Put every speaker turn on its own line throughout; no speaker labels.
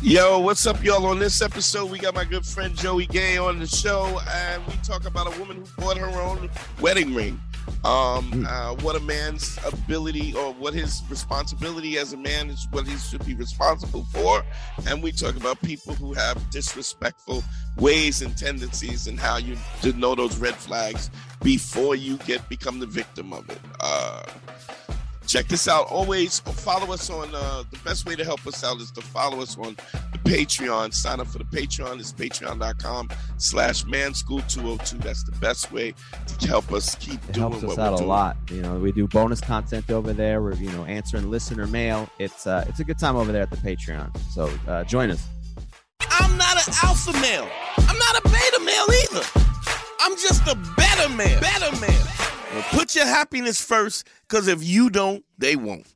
Yo, what's up, y'all? On this episode, we got my good friend Joey Gay on the show, and we talk about a woman who bought her own wedding ring. Um, uh, what a man's ability or what his responsibility as a man is, what he should be responsible for. And we talk about people who have disrespectful ways and tendencies and how you to know those red flags before you get become the victim of it. Uh, check this out. Always follow us on uh, the best way to help us out is to follow us on the Patreon. Sign up for the Patreon. It's patreon.com slash manschool202. That's the best way to help us keep
It
doing
helps
what
us
we're
out a
doing.
lot. You know, we do bonus content over there. We're you know answering listener mail. It's uh, it's a good time over there at the Patreon. So uh, join us.
I'm not an alpha male. I'm not a beta male either. I'm just a better man. Better man. Well, put your happiness first, because if you don't, they won't.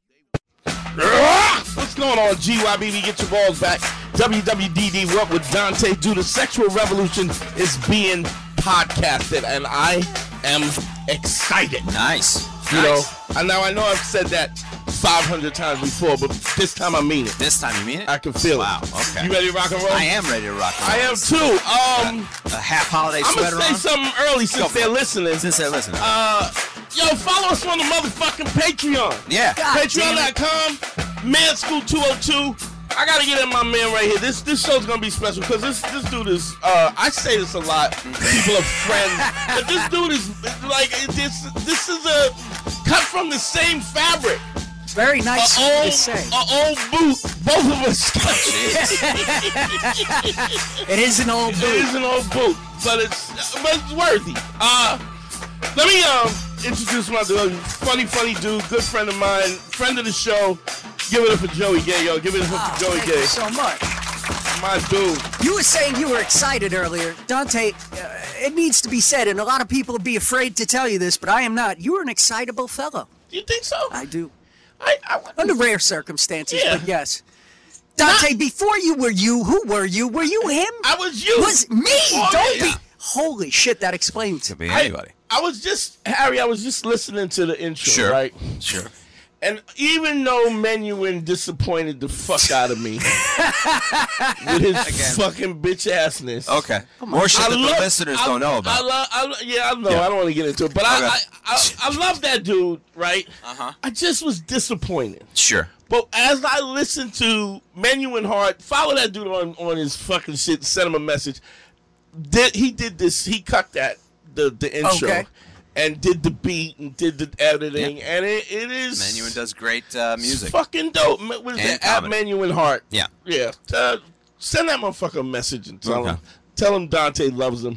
What's going on, GYBB? Get your balls back. WWDD, what would Dante do? The sexual revolution is being podcasted, and I am excited.
Nice.
You know,
Nice.
I now I know I've said that 500 times before, but this time I mean it.
This time you mean it?
I can feel
Wow,
it.
okay.
You ready to rock and roll?
I am ready to rock. and
I
roll.
am too. Um,
A half holiday
I'm gonna
sweater
say
on.
something early since they're listening.
Since they're listening.
Uh, yo, follow us on the motherfucking Patreon.
yeah.
Patreon.com, manschool202. I gotta get in my man right here. This this show's gonna be special because this this dude is. Uh, I say this a lot. People are friends, but this dude is like this. This is a cut from the same fabric.
Very
A
nice of you
old,
to say.
a old boot. Both of us.
It is an old
It
boot.
is an old boot, but it's but it's worthy. Uh, let me um introduce my dude. Funny, funny dude, good friend of mine, friend of the show. Give it up for Joey Gay, yo. Give it up
Oh,
for Joey
thank
Gay,
you so much.
my dude.
You were saying you were excited earlier. Dante, uh, it needs to be said, and a lot of people would be afraid to tell you this, but I am not. You are an excitable fellow.
You think so? I,
I do.
I,
Under rare circumstances,
Yeah.
but yes. Dante, before you were you, who were you? Were you him?
I was you.
was me.
Oh,
Don't
yeah, yeah.
be. Holy shit, that explains.
Could be
I-
anybody.
I, was just Harry. I was just listening to the intro,
Sure.
right?
Sure.
And even though Menuhin disappointed the fuck out of me with his fucking bitch assness,
Okay. More shit
I
that the
love-
listeners
I-
don't know
I
about.
love, I, lo- yeah, I know.
Yeah.
I don't want to get into it, but I,
Okay.
I, I, I love that dude, right?
Uh-huh.
I just was disappointed.
Sure.
But as I listened to Menu and Hart, follow that dude on, on his fucking shit, send him a message. Did he did this? He cut that the the intro.
Okay.
And did the beat and did the editing, and it, it is
Menuhin does great uh,
it's
music.
fucking dope. Ma- What is
And
that? At
comedy.
Menu and Hart.
Yeah.
yeah. Uh, send that motherfucker a message and tell him
Okay.
tell him Dante loves him.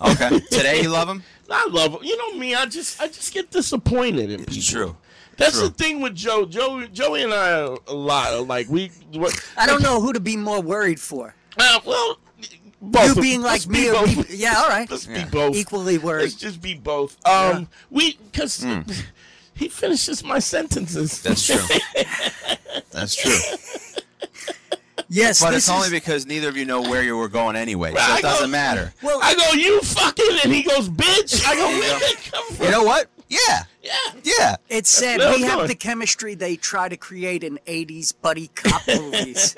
Okay. Today you love him?
I love him. You know me. I just I just get disappointed in people.
True.
That's
true.
the thing with Joe. Joe, Joey and I are a lot. Are like we, what,
I don't know who to be more worried for.
uh, well, both.
you being
Let's
like
be
me or
both.
me. Yeah, all right.
Let's
Yeah.
be both.
Equally worried.
Let's just be both. Um, we because he finishes my sentences.
Hmm. That's true. That's true.
Yes,
But it's
this
only
is-
because neither of you know where you were going anyway,
Right,
so
I
it doesn't
go-
matter.
well,
I go, you fucking, and he goes, bitch. I go, where did it come from?
You know what? Yeah.
yeah.
Yeah.
It said
Little
we
John.
have the chemistry they try to create in 80s buddy cop movies.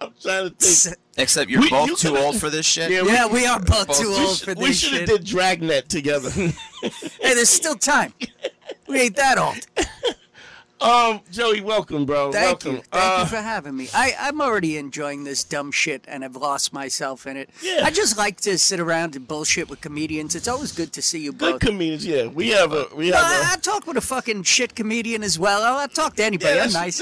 I'm trying to think.
S-
Except you're
We-
both
you
too
could've-
old for this shit.
Yeah,
yeah, we are both too
We
old for
we
this
should have
shit.
did Dragnet together.
Hey, there's still time. We ain't that old.
um, Joey, welcome, bro.
Thank
welcome.
you. Thank
Uh,
you for having me. I, I'm already enjoying this dumb shit and have lost myself in it.
Yeah.
I just like to sit around and bullshit with comedians. It's always good to see you
Good
both.
comedians, yeah. We have a we
No,
have
I,
a
I talk with a fucking shit comedian as well. I'll, I'll talk to anybody. I'm nice.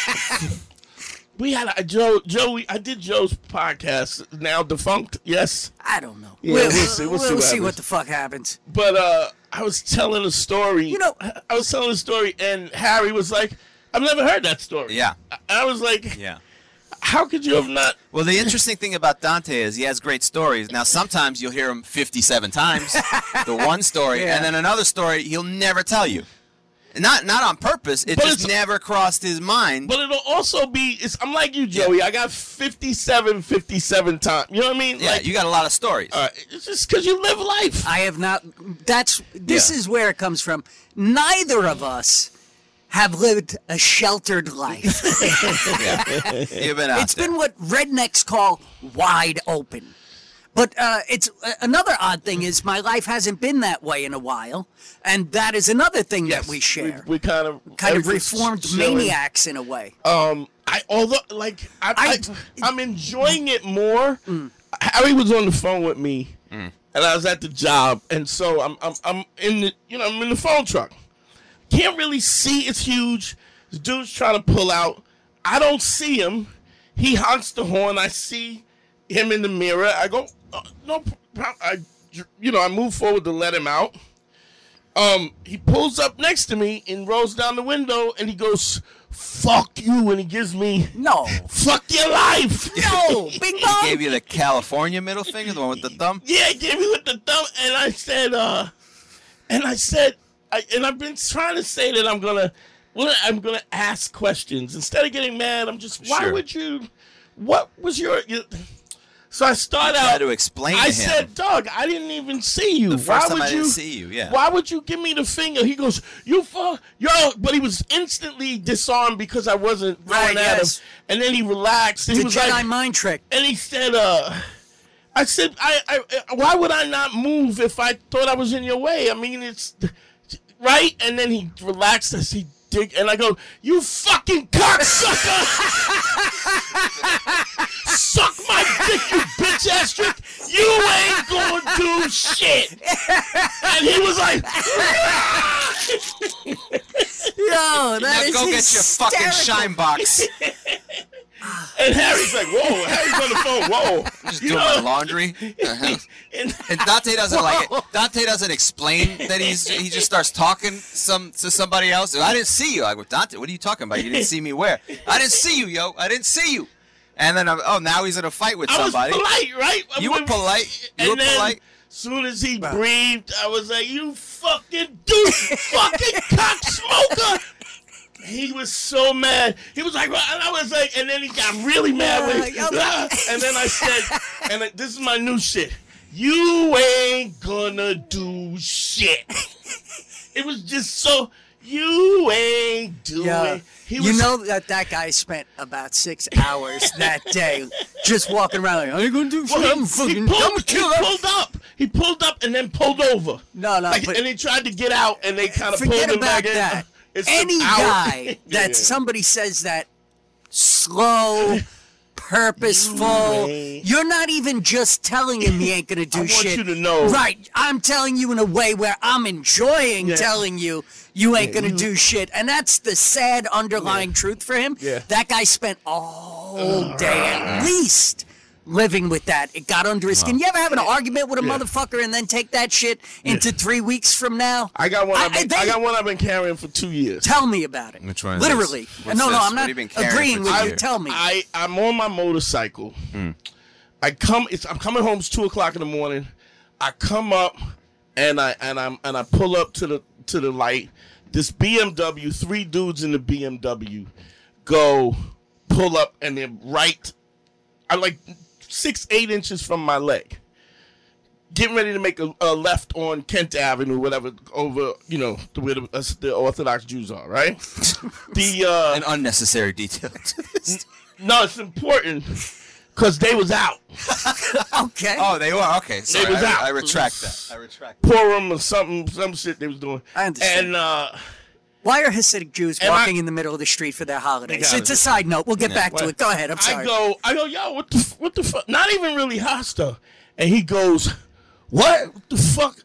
we had a Joe Joey. I did Joe's podcast now defunct. Yes,
I don't know.
Yeah,
we'll,
we'll see- we'll see
we'll
what
see
happens.
what the fuck happens.
but uh, I was telling a story.
You know-
I was telling a story, and Harry was like, "I've never heard that story."
Yeah.
I, I was like,
Yeah.
How could you have not?
Well, the interesting thing about Dante is he has great stories. Now, sometimes you'll hear him 57 times, the one story,
Yeah.
and then another story he'll never tell you. Not not on purpose. It
But
just
it's-
never crossed his mind.
But it'll also be. It's, I'm like you, Joey. I got 57, 57 times. You know what I mean?
yeah,
Like,
you got a lot of stories.
uh, it's just because you live life.
I have not. That's this
Yeah.
is where it comes from. Neither of us have lived a sheltered life.
You've been out
it's
there.
been what rednecks call wide open. But uh, it's uh, another odd thing is my life hasn't been that way in a while, and that is another thing that we share.
We, we kind of
kind of
everything's
reformed
chilling.
maniacs in a way.
Um, I although like I,
I-
I, I am enjoying it more. Harry was on the phone with me, and I was at the job, and so I'm I'm I'm in the you know I'm in the phone truck. Can't really see. It's huge. This dude's trying to pull out. I don't see him. He honks the horn. I see him in the mirror. I go uh, no. pro- I you know I move forward to let him out. Um, he pulls up next to me and rolls down the window and he goes, "Fuck you!" and he gives me,
No,
"Fuck your life."
no, Big
He
Bong.
gave you the California middle finger, the one with the thumb.
yeah, he gave me with the thumb, and I said, uh, and I said, I, and I've been trying to say that I'm gonna, well, I'm gonna ask questions instead of getting mad. I'm just, why
Sure.
would you? What was your? your so I start
Try
out.
to explain
I
to him.
said, Doug, I didn't even see you.
the first
why
time
would
I
you?
didn't see you. Yeah.
Why would you give me the finger? He goes, you fuck, yo. But he was instantly disarmed because I wasn't
Right,
going at
yes.
him. And then he relaxed. And
It's
he
a
was
Jedi
like,
mind trick.
and he said, uh, I said, I, I, I- why would I not move if I thought I was in your way? I mean, it's right. And then he relaxed as he dig, and I go, you fucking cocksucker! Suck my dick, you bitch ass trick! You ain't gonna do shit. And he was like,
No,
Now
that is
go get your fucking
hysterical.
shine box.
and Harry's like, whoa, Harry's on the phone, whoa.
Just
You
doing my
know?
laundry. Uh-huh.
And-
And Dante doesn't like it. Dante doesn't explain that he's he just starts talking some to somebody else. I didn't see you. I go, Dante, what are you talking about? You didn't see me where? I didn't see you, yo. I didn't see you. And then I'm, oh, now he's in a fight with
I
somebody.
was polite, right?
You were polite.
and
You were
then,
polite.
soon as he breathed, I was like, "You fucking dude, fucking cocksmoker!" He was so mad. He was like, "Well," and I was like, and then he got really mad with
Yeah, yeah.
Ah, And then I said, and I- this is my new shit. You ain't gonna do shit. It was just so you ain't doing.
Yeah.
He
you
was
know that that guy spent about six hours that day just walking around like, I ain't gonna do shit.
Well,
I'm
he,
fucking
he pulled,
dumb killer.
he pulled up. He pulled up and then pulled over.
No, no,
Like,
but-
and he tried to get out, and they kind of pulled
Forget
him
about
back in.
that.
It's an
Any
hour.
guy
Yeah,
that
yeah.
somebody says that slow, purposeful,
way.
you're not even just telling him he ain't gonna do
I want
shit.
you to know.
Right. I'm telling you in a way where I'm enjoying
Yeah.
telling you you ain't gonna do shit. And that's the sad underlying truth for him.
Yeah.
That guy spent a whole day at least living with that. It got under his skin. You ever have an argument with a motherfucker and then take that shit into three weeks from now?
I got one. I, have
I-
been,
they-
I got one I've been carrying for two years.
Tell me about it.
Which one is this?
Literally.
What's
no, no,
this?
I'm
What
not
have you been carrying for
agreeing with
two
you.
years?
Tell me.
I I'm on my motorcycle. I come. It's, I'm coming home. It's two o'clock in the morning. I come up and I and I'm and I pull up to the to the light. This BMW. Three dudes in the BMW go pull up and they're right. I'm like six eight inches from my leg. Getting ready to make a, a left on Kent Avenue, whatever, over you know the where the, us- the Orthodox Jews are, right? the uh,
An unnecessary detail to this.
no, it's important because they was out.
okay.
Oh, they were okay. Sorry,
was
I,
out.
I retract that. I retract. That.
Quorum or something, some shit they was doing.
I understand.
And uh,
Why are Hasidic Jews
Am I-
walking in the middle of the street for their holidays?
got
It's
it.
a side note. We'll get back to
What?
it. Go ahead. I'm
I
sorry.
go, I go, yo, what the, f- what the fuck? Not even really hostile. And he goes, what the fuck?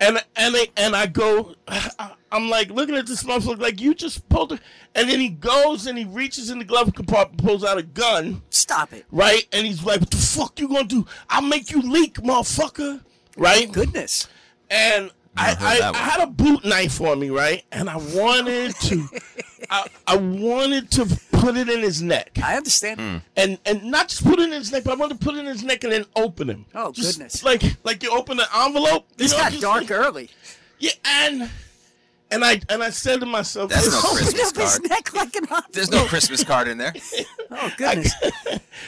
And and I, and I go, I, I'm like looking at this motherfucker, like you just pulled. A, and then he goes and he reaches in the glove compartment, pulls out a gun.
Stop it.
Right, and he's like, "What the fuck you gonna do? I'll make you leak, motherfucker!" Right,
Goodness.
and I,
heard
I,
that
I
one.
had a boot knife on me, right? And I wanted to I, I wanted to put it in his neck.
I understand.
and and not just put it in his neck, but I wanted to put it in his neck and then open him.
Oh,
Just
goodness.
Like like you open an envelope. you
This
know,
got
just-
dark early.
Yeah, and and I and I said to myself, "Oh,
That's
"This-
not Christmas
Open up his
card.
neck like an
There's no Christmas card in there.
Oh goodness!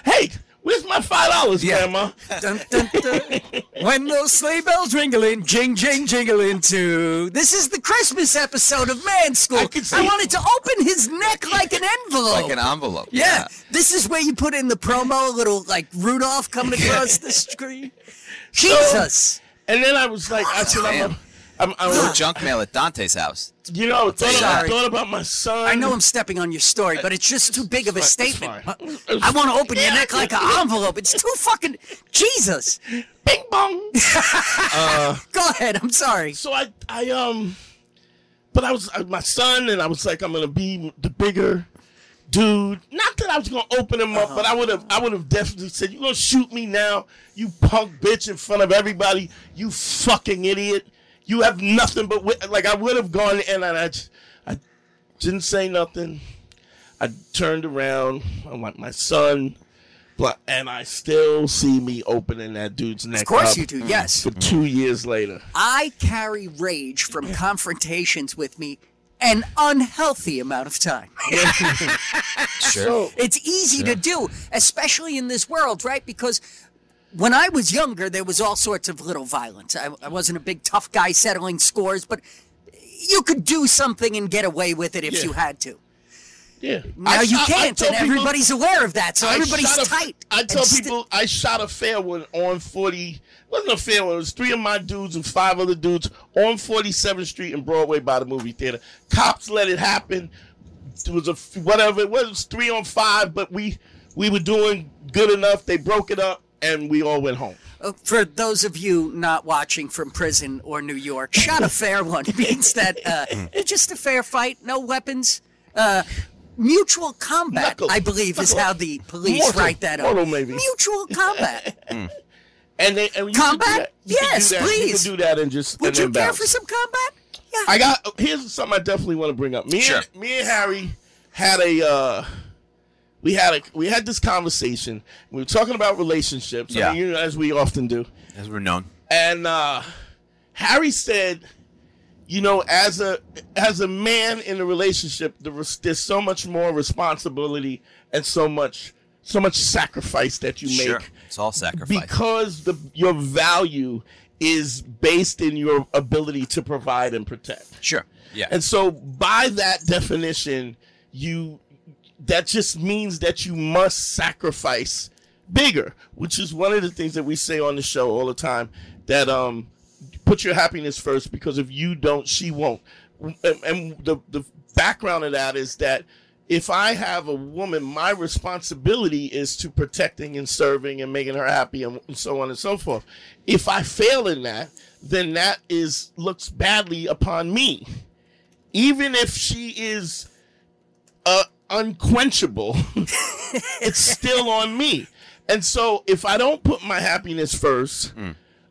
hey, where's my five dollars,
Yeah.
Grandma?
dun, dun, dun. when those sleigh bells jingling, jing jing jingling too. This is the Christmas episode of Man School.
I could see-
I wanted to open his neck like an envelope.
Like an envelope.
yeah. this is where you put in the promo, a little like Rudolph coming across the screen. Jesus,
And then I was like, I said, I'm,
Damn.
I'm, I'm,
No
I'm
junk mail at Dante's house.
you know, I thought, about,
Sorry.
thought about my son.
I know I'm stepping on your story, but it's just too big of a statement.
fine.
I want to open your neck like an envelope. It's too fucking Jesus.
Bing bong.
Go ahead. I'm sorry.
so I I um, but I was I, my son, and I was like, I'm gonna be the bigger dude. Not that I was gonna open him
Uh-huh.
up, but I would have I would have definitely said, "You gonna shoot me now, you punk bitch, in front of everybody, you fucking idiot. You have nothing but wit-" like I would have gone in, and I just, I didn't say nothing. I turned around. I'm like my son. blah, And I still see me opening that dude's neck.
Of course
up
you do. Yes.
For two years later.
I carry rage from confrontations with me an unhealthy amount of time.
So
It's easy to do, especially in this world, right? Because when I was younger, there was all sorts of little violence. I, I wasn't a big tough guy settling scores, but you could do something and get away with it if
Yeah.
you had to.
yeah,
Now
I-
you
I- I
can't,
tell
and
people-
everybody's aware of that, so
I
everybody's
shot a-
tight.
I
and
tell
sti-
people I shot a fair one on 40. It wasn't a fair one. It was three of my dudes and five other dudes on 47th Street and Broadway by the movie theater. Cops let it happen. It was a f- whatever. It was, three on five, but we we were doing good enough. They broke it up and we all went home.
Uh, for those of you not watching from prison or New York, shot a fair one means that uh,
Hmm.
it's just a fair fight, no weapons, uh, mutual combat.
Knuckle-
I believe is
knuckle-
how the police
mortal-
write that up.
mortal maybe.
Mutual combat.
And they and you could do
Combat?
that. You could do
Yes,
that. You
please.
could do that and just and
Would you
then
care
bounce.
for some combat? Yeah.
I got here's something I definitely want to bring up. Me
Sure.
and me and Harry had a uh we had a we had this conversation. We were talking about relationships, I
Yeah.
mean, you know, as we often do.
As we're known.
And uh Harry said, you know, as a as a man in a relationship, there was, there's so much more responsibility and so much so much sacrifice that you make
Sure. It's all sacrifice.
because the your value is based in your ability to provide and protect.
sure. Yeah.
And so by that definition, you that just means that you must sacrifice bigger, which is one of the things that we say on the show all the time that um put your happiness first because if you don't, she won't. And, and the the background of that is that if I have a woman, my responsibility is to protecting and serving and making her happy and so on and so forth. If I fail in that, then that is looks badly upon me even if she is uh, unquenchable, it's still on me. And so, if I don't put my happiness first,
Hmm.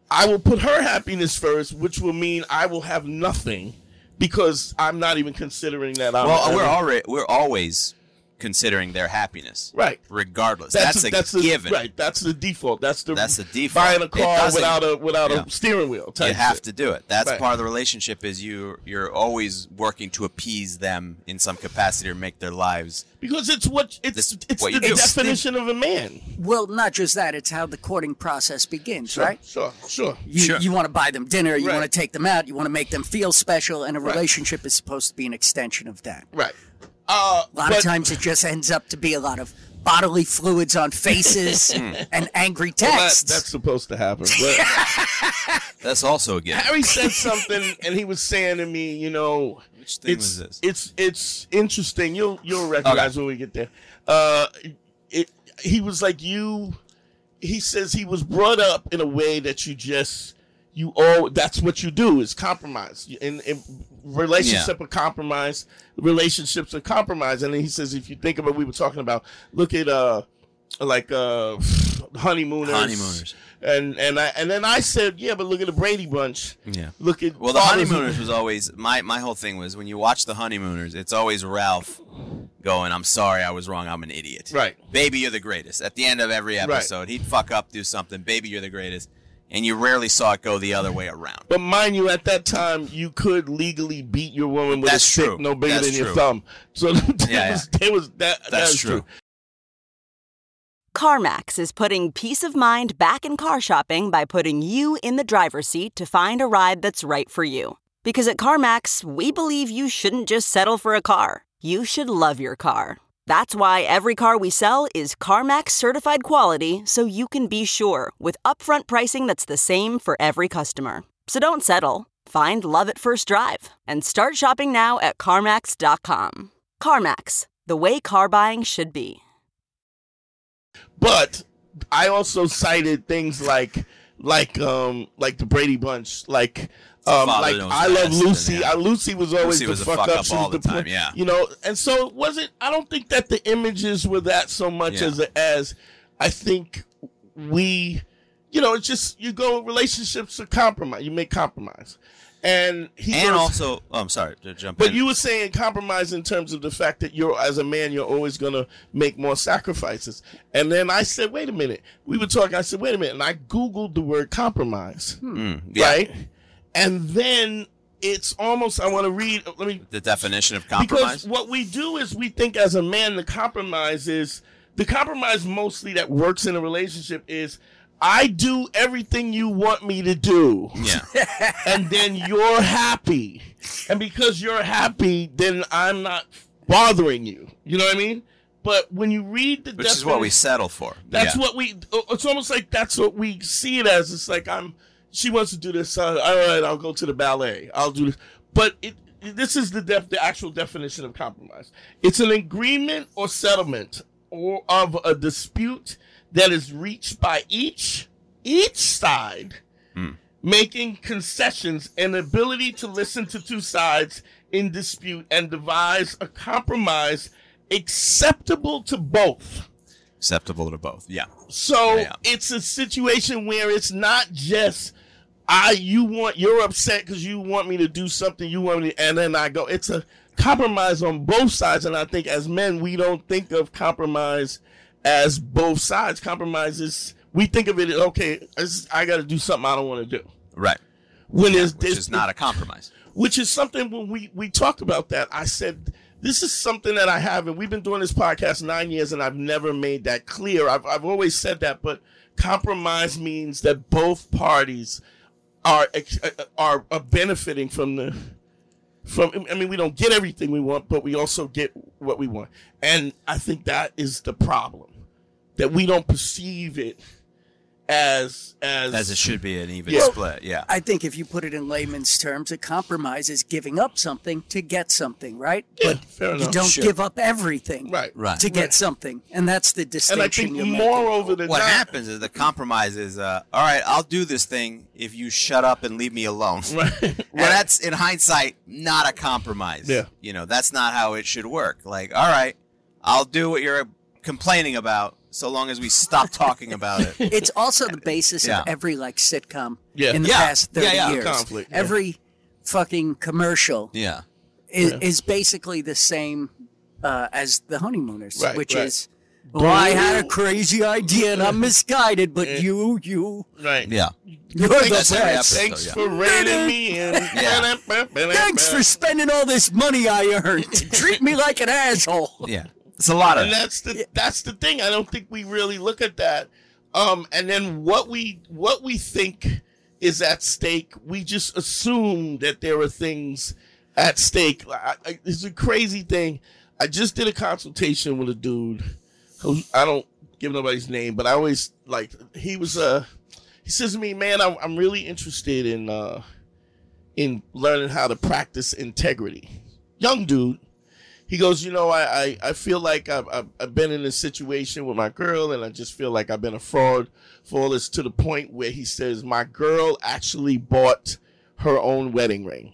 I will put her happiness first, which will mean I will have nothing because I'm not even considering that. I'm
well, we're already we're always considering their happiness.
Right.
Regardless.
That's,
That's,
the-
a
that's the
given.
right. That's the default. That's the
That's the default.
Buying a
It
car
doesn't-
without a without
Yeah.
a steering wheel. Type
You have
shit.
to do it. That's
Right.
part of the relationship is you you're always working to appease them in some capacity or make their lives
because it's what it's
This-
it's
what
the
you do. It's the-
definition of a man.
Well, not just that; it's how the courting process begins,
Sure,
right?
Sure. Sure.
You,
Sure.
you want to buy them dinner, you
Right.
want to take them out, you want to make them feel special, and a relationship is supposed to be an extension of that.
Right. Uh,
A lot of times it just ends up to be a lot of bodily fluids on faces and angry
Hmm. that,
texts.
that's supposed to happen. But,
that's also a given.
Harry said something, and he was saying to me, you know,
Which thing
it's
was this?
it's it's interesting. You'll you'll recognize when we get there. Uh, it he was like you. He says he was brought up in a way that you just you all that's what you do is compromise in, in relationship are compromise relationships are compromise and then he says if you think about we were talking about look at uh like uh honeymooners.
Honeymooners.
And and I and then I said, yeah, but look at the Brady Bunch.
Yeah.
Look at
Well, the
fathers-
honeymooners was always my my whole thing was when you watch the honeymooners, it's always Ralph going, "I'm sorry, I was wrong. I'm an idiot."
Right.
Baby, you're the greatest. At the end of every episode, he'd fuck up, do something. Baby, you're the greatest, and you rarely saw it go the other way around.
But mind you, at that time, you could legally beat your woman with
That's
a stick
true.
no bigger
That's
than your
true.
thumb. So that
Yeah,
was, that was that. that
That's
was
true.
CarMax is putting peace of mind back in car shopping by putting you in the driver's seat to find a ride that's right for you. Because at CarMax, we believe you shouldn't just settle for a car, you should love your car. That's why every car we sell is CarMax certified quality so you can be sure with upfront pricing that's the same for every customer. So don't settle. Find love at first drive and start shopping now at CarMax.com. CarMax, the way car buying should be.
But I also cited things like like um like the Brady Bunch, like um
Father
like
knows
I love
best,
Lucy.
and yeah.
I, Lucy was always
Lucy
the
was a
fuck,
fuck
up,
up
She
all
was
the
pl-
time, yeah.
You know, and so it wasn't I don't think that the images were that so much
Yeah.
as as I think we you know, it's just you go relationships are compromise. You make compromise. And he
And
goes-
also, oh, I'm sorry to jump
but
in.
you were saying compromise in terms of the fact that you're, as a man, you're always going to make more sacrifices. And then I said, wait a minute. We were talking. I said, wait a minute. And I Googled the word compromise,
Mm, yeah,
right? And then it's almost, I want to read, uh, let me,
the definition of compromise.
because what we do is we think as a man, the compromise is, the compromise mostly that works in a relationship is, I do everything you want me to do
yeah,
and then you're happy. And because you're happy, then I'm not bothering you. You know what I mean? But when you read the
which is what we
definition-
settle for.
that's
yeah.
what we. uh, It's almost like that's what we see it as. It's like I'm. She wants to do this. Uh, all right, I'll go to the ballet. I'll do this. But it. This is the def, the actual definition of compromise. It's an agreement or settlement or of a dispute that is reached by each each side making concessions and ability to listen to two sides in dispute and devise a compromise acceptable to both.
acceptable to both. Yeah,
So
Yeah, yeah.
it's a situation where it's not just I you want you're upset because you want me to do something you want me to, and then I go. It's a compromise on both sides, and I think as men we don't think of compromise as both sides. Compromise is we think of it as okay, it's- I got to do something I don't want to do.
right.
When there's
Which is not a compromise.
which is something when we we talked about that i said this is something that i have and we've been doing this podcast nine years and i've never made that clear i've, I've always said that but compromise means that both parties are ex- uh, are, are benefiting from the from i mean we don't get everything we want but we also get what we want and i think that is the problem that we don't perceive it as as
As it should be an even
Yeah.
split. Yeah.
I think if you put it in layman's terms, a compromise is giving up something to get something, right?
Yeah,
but
fair
you
enough.
don't
Sure.
give up everything
Right.
Right.
to get something. And that's the
and
distinction.
i think
you're making.
moreover than
what
not,
happens is the compromise is uh, all right i'll do this thing if you shut up and leave me alone
right
and that's in hindsight not a compromise
Yeah.
you know that's not how it should work like all right i'll do what you're complaining about so long as we stop talking about it
It's also the basis
Yeah.
of every like sitcom
Yeah.
in the
Yeah.
past
Yeah,
30
yeah.
years.
Conflict, yeah.
Every fucking commercial
yeah
is, is basically the same uh, as the honeymooners,
Right,
which
right.
is, well, I had a
Boo.
crazy idea and I'm misguided, but you, you,
right
yeah
you're the
that's every
best.
episode.
Thanks
So,
for reining me in.
Yeah.
Thanks for spending all this money I earned. Treat me like an asshole.
yeah it's a lot of
And that's the that's the thing. I don't think we really look at that. Um, and then what we what we think is at stake, we just assume that there are things at stake. I, I, it's a crazy thing. I just did a consultation with a dude who I don't give nobody's name, but I always like he was uh he says to me, man, I'm, I'm really interested in uh in learning how to practice integrity. Young dude. He goes, you know, I, I, I feel like I've, I've, I've been in a situation with my girl and I just feel like I've been a fraud for all this to the point where he says, my girl actually bought her own wedding ring.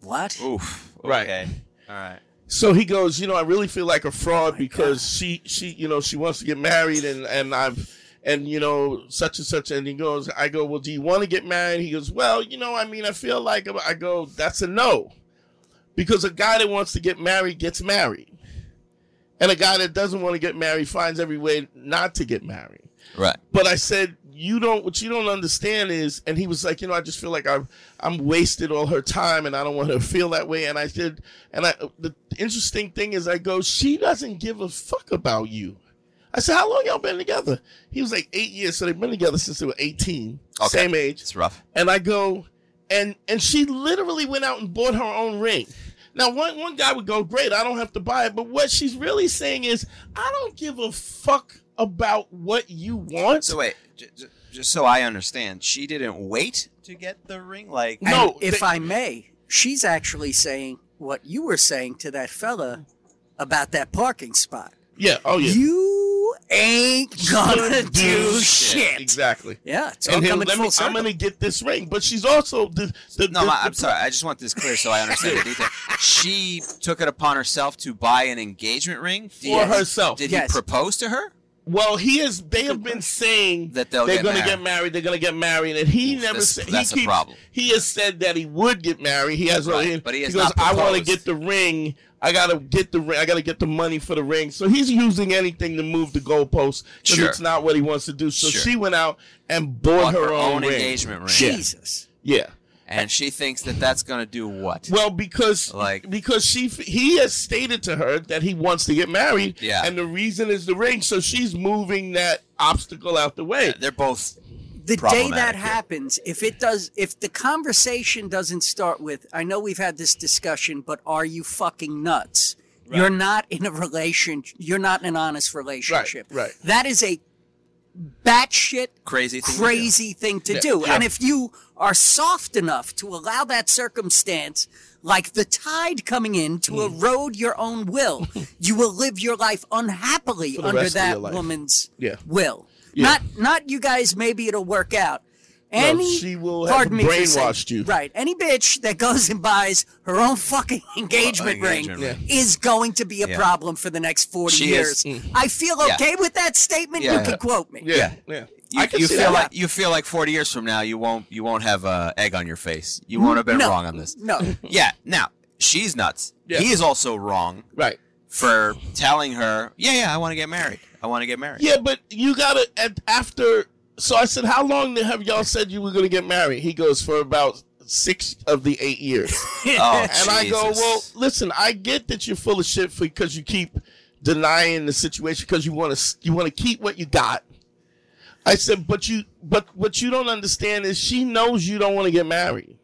What?
oof
Right.
okay. all right
So he goes, you know, I really feel like a fraud because she she you know she wants to get married and and I've and you know such and such and he goes i go well do you want to get married he goes well you know i mean i feel like i go that's a no because a guy that wants to get married gets married and a guy that doesn't want to get married finds every way not to get married
Right.
but I said, you don't. What you don't understand is, and he was like, you know, I just feel like I've I'm wasted all her time, and I don't want her to feel that way. And I said, and I the interesting thing is, I go, she doesn't give a fuck about you. I said, how long y'all been together? He was like eight years, so they've been together since they were eighteen,
Okay.
same age.
It's rough.
And I go, and and she literally went out and bought her own ring. Now one one guy would go, great, I don't have to buy it. But what she's really saying is, I don't give a fuck about what you want.
So wait, j- j- just so I understand, she didn't wait to get the ring. Like
No.
And if
they-
I may, she's actually saying what you were saying to that fella about that parking spot.
yeah, oh yeah.
You ain't gonna
Don't
do shit.
Exactly.
Yeah, it's all
And he'll
coming
let
full
me, I'm
circle.
gonna get this ring, but she's also the, the,
No,
the-
my,
the-
I'm sorry. I just want this clear so I understand the detail. She took it upon herself to buy an engagement ring
For
Did-
herself.
Did he
Yes.
propose to her?
Well, he is. They have been saying
That they'll
they're
get
gonna
married.
get married. They're gonna get married, and he
Oof,
never
that's-
said.
that's a
he keeps,
problem.
He has said that he would get married. He has,
Right, but he has
goes,
not
I want to
proposed."
get the ring. I gotta get the ring. I gotta get the money for the ring. So he's using anything to move the goalposts because
Sure.
it's not what he wants to do. So
Sure.
she went out and bought,
Bought
her, own, ring.
engagement ring.
Jesus.
Yeah.
And she thinks that that's going to do what?
Well, because
Like-
because she he has stated to her that he wants to get married,
Yeah.
and the reason is the ring. So she's moving that obstacle out the way.
They're both.
The day that
Problematic, yeah.
happens, if it does, if the conversation doesn't start with, I know we've had this discussion, but are you fucking nuts? You're not in a relation. You're not in an honest relationship.
right.
That is a batshit
Crazy thing to do.
crazy thing to do.
yeah.
And if you are soft enough to allow that circumstance, like the tide coming in,
Hmm.
to erode your own will, you will live your life unhappily
the
under
rest of
that
your life.
woman's
Yeah.
will.
Yeah.
Not, not you guys. Maybe it'll work out. Any,
she will have
pardon me for saying-
brainwashed you.
Right. Any bitch that goes and buys her own fucking engagement,
engagement
ring
ring.
is going to be a
Yeah.
problem for the next 40
She
years.
is-
I feel
Yeah.
okay with that statement.
Yeah.
You can quote me.
Mm. Yeah, yeah.
You,
I can
you
see
feel
that.
like you feel like 40 years from now you won't you won't have uh, egg on your face. You won't have been
No.
wrong on this.
No.
Yeah. Now she's nuts.
Yeah.
He's also wrong
right.
for telling her, yeah, yeah, I want to get married. I want to get married.
Yeah, but you gotta at, after. So I said, "How long have y'all said you were gonna get married?" He goes, "For about six of the eight years."
Oh,
and I go,
Jesus.
well, listen, I get that you're full of shit because you keep denying the situation because you want to you want to keep what you got. I said, but you, but what you don't understand is she knows you don't want to get married.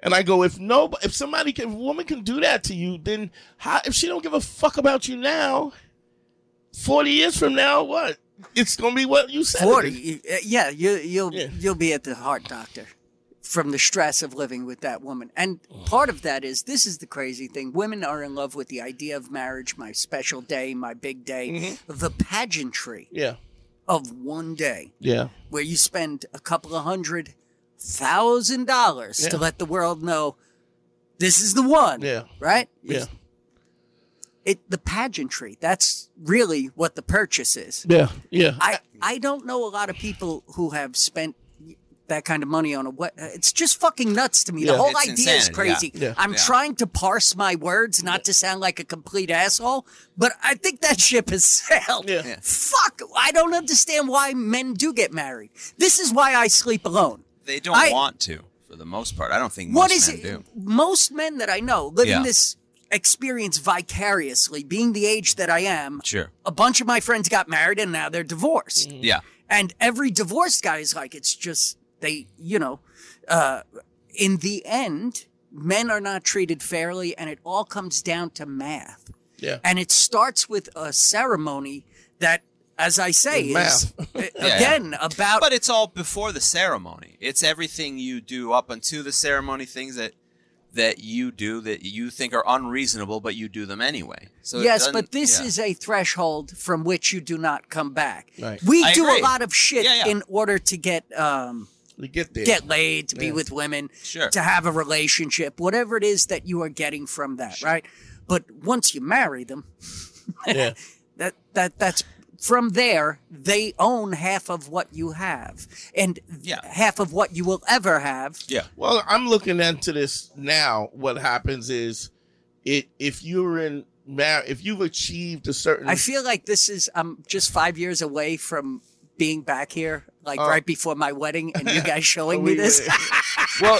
And I go, if no, if somebody can, if a woman can do that to you, then how, if she don't give a fuck about you now, forty years from now, what? It's gonna be what you said. it
Forty,
is.
you- uh, yeah, you, you'll
Yeah.
you'll be at the heart doctor from the stress of living with that woman. And
Mm.
part of that is this is the crazy thing: women are in love with the idea of marriage, my special day, my big day,
Mm-hmm.
the pageantry
Yeah,
of one day
yeah,
where you spend a couple of hundred thousand dollars to
Yeah.
let the world know this is the one.
Yeah.
right.
yeah,
It the pageantry. That's really what the purchase is.
yeah, yeah.
I I don't know a lot of people who have spent that kind of money on a what. uh, It's just fucking nuts to me.
Yeah.
the whole
It's
idea is
insanity, yeah.
crazy.
Yeah.
I'm trying to parse my words, not to sound like a complete asshole, but I think that ship has sailed.
Yeah. Yeah.
Fuck! I don't understand why men do get married. This is why I sleep alone.
They don't
I-
want to. for the most part. I don't think most
What is
men
it?
do.
Most men that I know living
Yeah.
this experience vicariously, being the age that I am,
Sure.
a bunch of my friends got married and now they're divorced.
Yeah.
And every divorced guy is like, it's just, they, you know, uh, in the end, men are not treated fairly and it all comes down to math.
Yeah.
And it starts with a ceremony that, as I say, is
Math.
uh, again about.
But it's all before the ceremony. It's everything you do up until the ceremony, things that that you do that you think are unreasonable, but you do them anyway. So it
yes,
doesn't-
but this
yeah.
is a threshold from which you do not come back.
Right.
We
I
do
agree.
a lot of shit
Yeah, yeah.
in order to get um,
We get there.
get laid, to be with women,
Sure.
to have a relationship, whatever it is that you are getting from that, right? But once you marry them,
Yeah.
that that that's from there they own half of what you have and
Yeah.
half of what you will ever have.
yeah.
Well, I'm looking into this now. What happens is, it if you're in mar- if you've achieved a certain
I feel like this is I'm just five years away from being back here, like right before my wedding, and you guys showing me
we-
this.
well,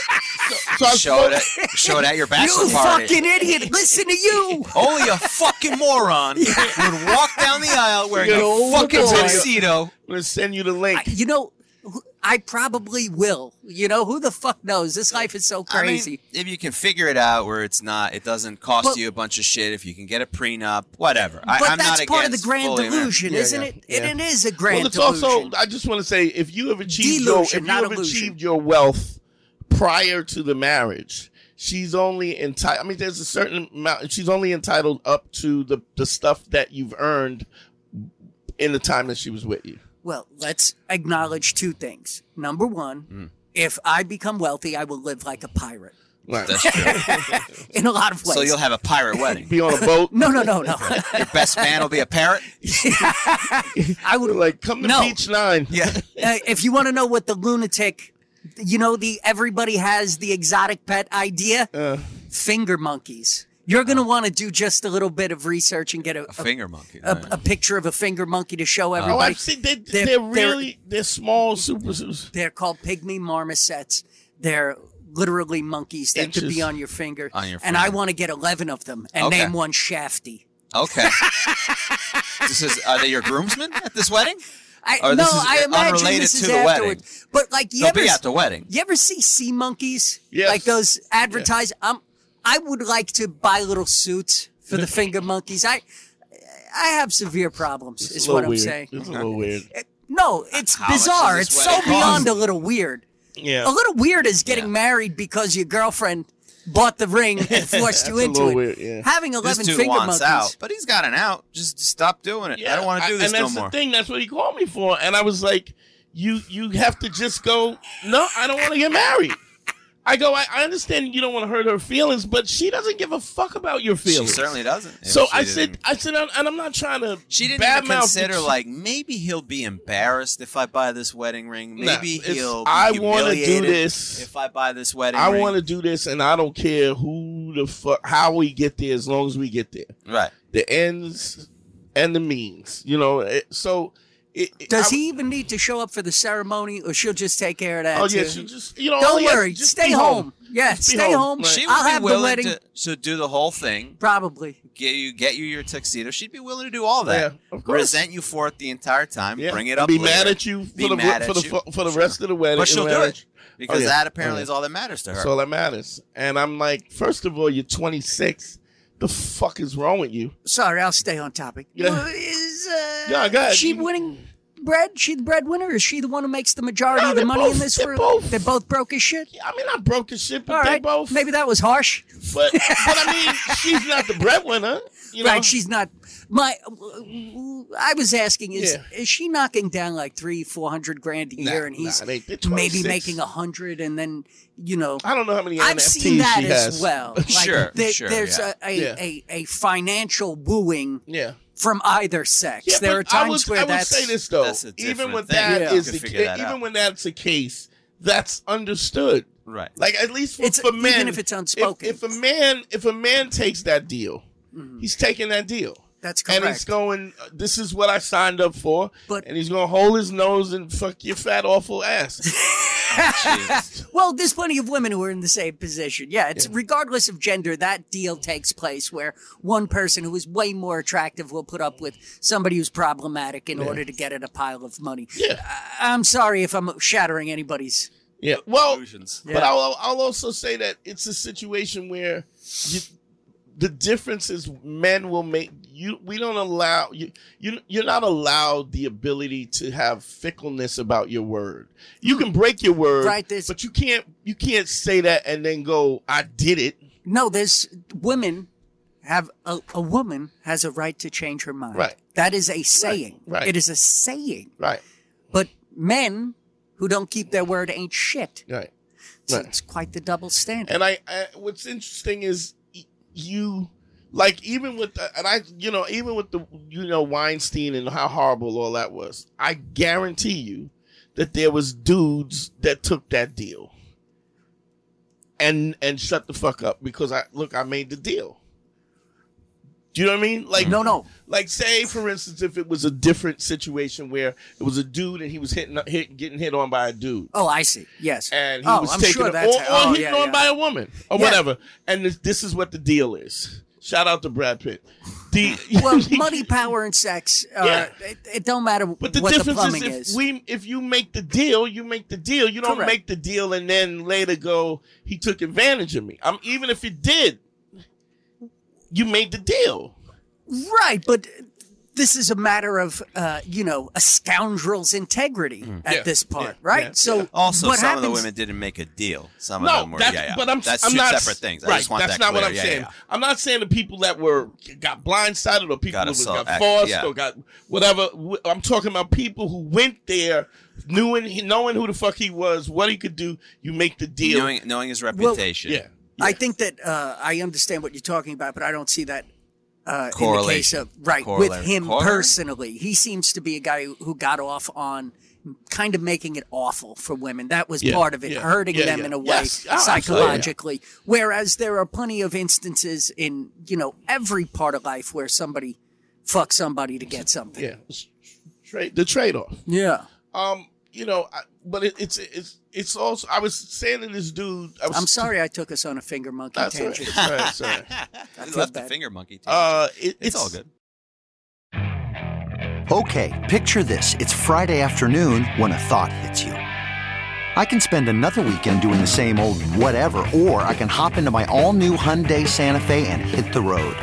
so, so I
Show
spoke,
it at, show it at your bachelor
you
party.
fucking idiot! Listen to you.
Only a fucking moron would walk down the aisle wearing
Good
a
old
fucking
boy.
tuxedo.
I'm gonna send you the link.
You know, who- I probably will. You know, who the fuck knows? This life is so crazy.
I mean, if you can figure it out where it's not, it doesn't cost
But-
you a bunch of shit. If you can get a prenup, whatever. I,
but
I'm
that's
not
part of the
against
grand
fully married.
delusion,
Yeah,
isn't
yeah,
it? It-
yeah.
It is a grand
Well, it's
delusion.
also. I just want to say, if you have achieved your, if
Delusion,
you
not
have
illusion.
achieved your wealth prior to the marriage, she's only entitled. I mean, there's a certain amount. She's only entitled up to the the stuff that you've earned in the time that she was with you.
Well, let's acknowledge two things. Number one,
Hmm.
if I become wealthy, I will live like a pirate
Right.
in a lot of ways.
So you'll have a pirate wedding.
Be on a boat.
no, no, no, no.
Your best man will be a parrot.
I would
Like come to
No.
beach nine.
Yeah.
uh, if you want to know what the lunatic, you know, the everybody has the exotic pet idea,
Uh.
finger monkeys. You're going to
Oh.
want to do just a little bit of research and get a, a,
Finger monkey.
a, a picture of a finger monkey to show
Oh,
everybody.
I've seen they,
They're-
they're,
Mm-hmm. they're-
really they're small super zoos.
They're called pygmy marmosets. They're literally monkeys that could be
Inches.
on your finger.
On your
And I
finger.
want to get 11 of them and
Okay.
name one Shafty.
Okay. this is are they your groomsmen at this wedding?
I,
Oh,
no,
this is
I imagine
unrelated
this
to
is
the wedding.
afterwards. But like, you
They'll
ever
be
s-
at the wedding.
You ever see sea monkeys?
Yes.
Like those advertise. Um, I would like to buy little suits for the finger monkeys. I, I have severe problems.
It's
is
a little
what I'm
weird.
saying.
It's a little weird.
No, it's
How much does
bizarre.
this
It's so
wedding cost?
beyond a little weird.
Yeah.
A little weird is getting
Yeah.
married because your girlfriend bought the ring and forced you into
little
it.
weird, yeah.
Having
This
eleven
dude
finger
wants
monkeys.
out, but he's got an out. Just stop doing it. I don't want to do
and
this no
that's the
more.
thing. That's what he called me for, and I was like, "You, you have to just go. No, I don't want to get married." I go. I, I understand you don't want to hurt her feelings, but she doesn't give a fuck about your
She
feelings.
certainly doesn't. If
So
she
I
didn't-
said, I said, and and I'm not trying to.
She didn't even
badmouth-
consider like maybe he'll be embarrassed if I buy this wedding ring.
No,
Maybe
it's-
he'll. Be
I wanna do
humiliated
this.
if I buy this wedding.
I want to do this, and I don't care who the fuck, how we get there, as long as we get there.
to. Right.
The ends and the means, you know. It, so, it, it-
Does
I-
he even need to show up for the ceremony, or she'll just take care of that?
Oh
too?
yeah, she just you know. all
Don't
he has to
worry.
just
stay
be
home. Yeah,
be home.
stay home.
Right.
She would
I'll
be
have the
willing
wedding.
to so do the whole thing.
Probably.
Get you get you your tuxedo. She'd be willing to do all that.
Yeah, of course.
Resent you for it the entire time.
Yeah.
Bring it up.
Be
later.
mad at you for
Be
the
mad
for
at
the
you.
for, the
Sure.
rest of the wedding.
But she'll
and
do
marriage.
it because
yeah.
that
Oh,
apparently
yeah.
is all that matters to her.
That's all that matters. And I'm like, first of all, you're 26. The fuck is wrong with you?
Sorry, I'll stay on topic.
Yeah.
Well, Is uh,
Yeah, go ahead.
she
You-
winning bread? She the breadwinner? Is she the one who makes the majority
No,
of the
they're
money in
both-
this
they're
room?
both-
They're both broke as shit.
Yeah, I mean, I broke his shit, but
All
they
right,
both.
maybe that was harsh.
But, but I mean, she's not the breadwinner. You know?
Right, she's not. My, I was asking, is is she knocking down like three, four hundred grand a year, and
nah,
he's
they- they're
maybe
26.
making a hundred, and then you know.
I don't know how many
I've
NFTs
seen that
she
as
has.
well. Like,
Sure,
there-
sure,
There's
yeah.
a, a,
Yeah.
a, a financial wooing
Yeah.
from either sex.
Yeah,
there
but
are times
I would,
where
I would
that's
say this though.
that's a
even
different
when
thing.
that
Yeah.
is
You
the
could figure that
ca- even
out.
when that's the case, that's understood.
Right.
Like at least for,
It's-
for
even
men,
if it's unspoken.
If, if a man, if a man takes that deal, he's taking that deal.
That's
And he's
correct.
going. This is what I signed up for.
But-
and he's going to hold his nose and fuck your fat awful ass.
Well, there's plenty of women who are in the same position. Yeah, it's regardless of gender, that deal takes place where one person who is way more attractive will put up with somebody who's problematic in order to get at a pile of money.
Yeah.
I- I'm sorry if I'm shattering anybody's.
Yeah. Well,
Illusions.
but I'll, I'll also say that it's a situation where you, the difference is men will make you. We don't allow you. You you're not allowed the ability to have fickleness about your word. You can break your word,
Hmm. Right, there's-
but you can't. You can't say that and then go, "I did it."
No, there's women have a, a woman has a right to change her mind.
Right.
That is a saying.
right.
It is a saying.
Right.
But men who don't keep their word ain't shit.
Right.
So
Right.
it's quite the double standard.
And I, I what's interesting is y- you like even with the, and I you know even with the you know Weinstein and how horrible all that was. I guarantee you that there was dudes that took that deal. And and shut the fuck up because I look I made the deal. Do you know what I mean? Like
no, no.
like say for instance if it was a different situation where it was a dude and he was hitting hit, getting hit on by a dude
Oh, I see. Yes.
and he
oh,
was
I'm
taken
sure
or,
that's
or
how- oh,
hit
yeah,
on
yeah.
by a woman or
Yeah.
whatever. And this, this is what the deal is. Shout out to Brad Pitt. The
well, money, power, and sex. Uh,
Yeah.
it, it don't matter
But the
what the
difference
plumbing
is, if
is.
we if you make the deal, you make the deal. You don't
Correct.
make the deal and then later go, he took advantage of me. I'm even if you did, you made the deal.
Right, but this is a matter of uh, you know a scoundrel's integrity at
Yeah,
this part,
yeah,
right?
yeah,
so
yeah.
Mm. Also,
what
some
happens,
of the women didn't make a deal. Some of
No,
them were.
that's,
yeah, yeah.
but I'm
that's
I'm
2
not,
separate things.
Right,
I just want
that's
that
not what
clear.
I'm
Yeah,
saying.
yeah,
I'm not saying the people that were got blindsided or people
Got
who
assault-
got
act-
forced
yeah.
or got whatever. Wh- I'm talking about people who went there knowing knowing who the fuck he was, what he could do. You make the
yeah.
deal.
Knowing, knowing his reputation.
yeah.
I think that uh, I understand what you're talking about, but I don't see that uh, in the case
Correlation.
of right with
Correlation.
him
Correlation?
personally. He seems to be a guy who- who got off on kind of making it awful for women. That was
Yeah,
part of it,
yeah,
hurting
yeah,
them
yeah.
in a way
Yes. Oh, absolutely.
psychologically. Whereas there are plenty of instances in you know every part of life where somebody fucks somebody to get something.
Yeah, trade the trade off.
yeah.
Um, you know, I, but it, it's it's it's also. I was saying to this dude. I was,
I'm sorry I took us on a finger monkey
That's all right.
tangent.
It's all right, it's all right.
I
feel
left the
bad.
finger monkey. too.
Uh, it,
it's all good.
Okay, picture this. It's Friday afternoon when a thought hits you. I can spend another weekend doing the same old whatever, or I can hop into my all new Hyundai Santa Fe and hit the road.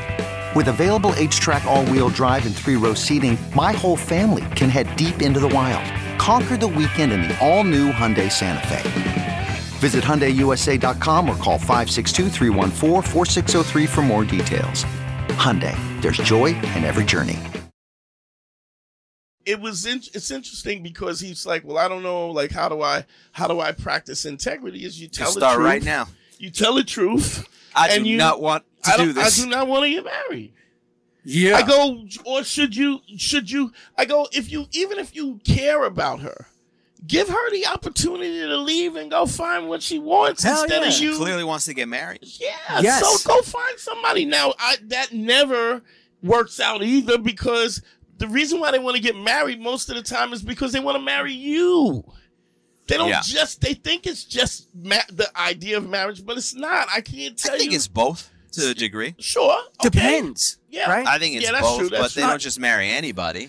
With available H track, all wheel drive, and three row seating, my whole family can head deep into the wild. Conquer the weekend in the all new Hyundai Santa Fe. Visit HyundaiUSA.com or call 562-314-4603 for more details. Hyundai, there's joy in every journey.
it was in, it's interesting because he's like, well, I don't know, like how do I how do I practice integrity? Is you tell
Just
the
start
truth
right now.
You tell the truth.
I
and
do
you-
not want to
I
do
don't, I
this.
do not want to get married.
Yeah.
I go, or should you? Should you? I go. If you even if you care about her, give her the opportunity to leave and go find what she wants
Hell
instead of
yeah.
you.
Clearly wants to get married.
Yeah.
Yes.
So go find somebody. Now I, that never works out either because the reason why they want to get married most of the time is because they want to marry you. They don't
Yeah.
just they think it's just ma- the idea of marriage, but it's not. I can't tell
I think
you.
it's both to a degree.
sure. okay.
Depends.
Yeah.
Right?
I think it's
Yeah, that's
both,
true,
but
that's
they
true.
don't just marry anybody.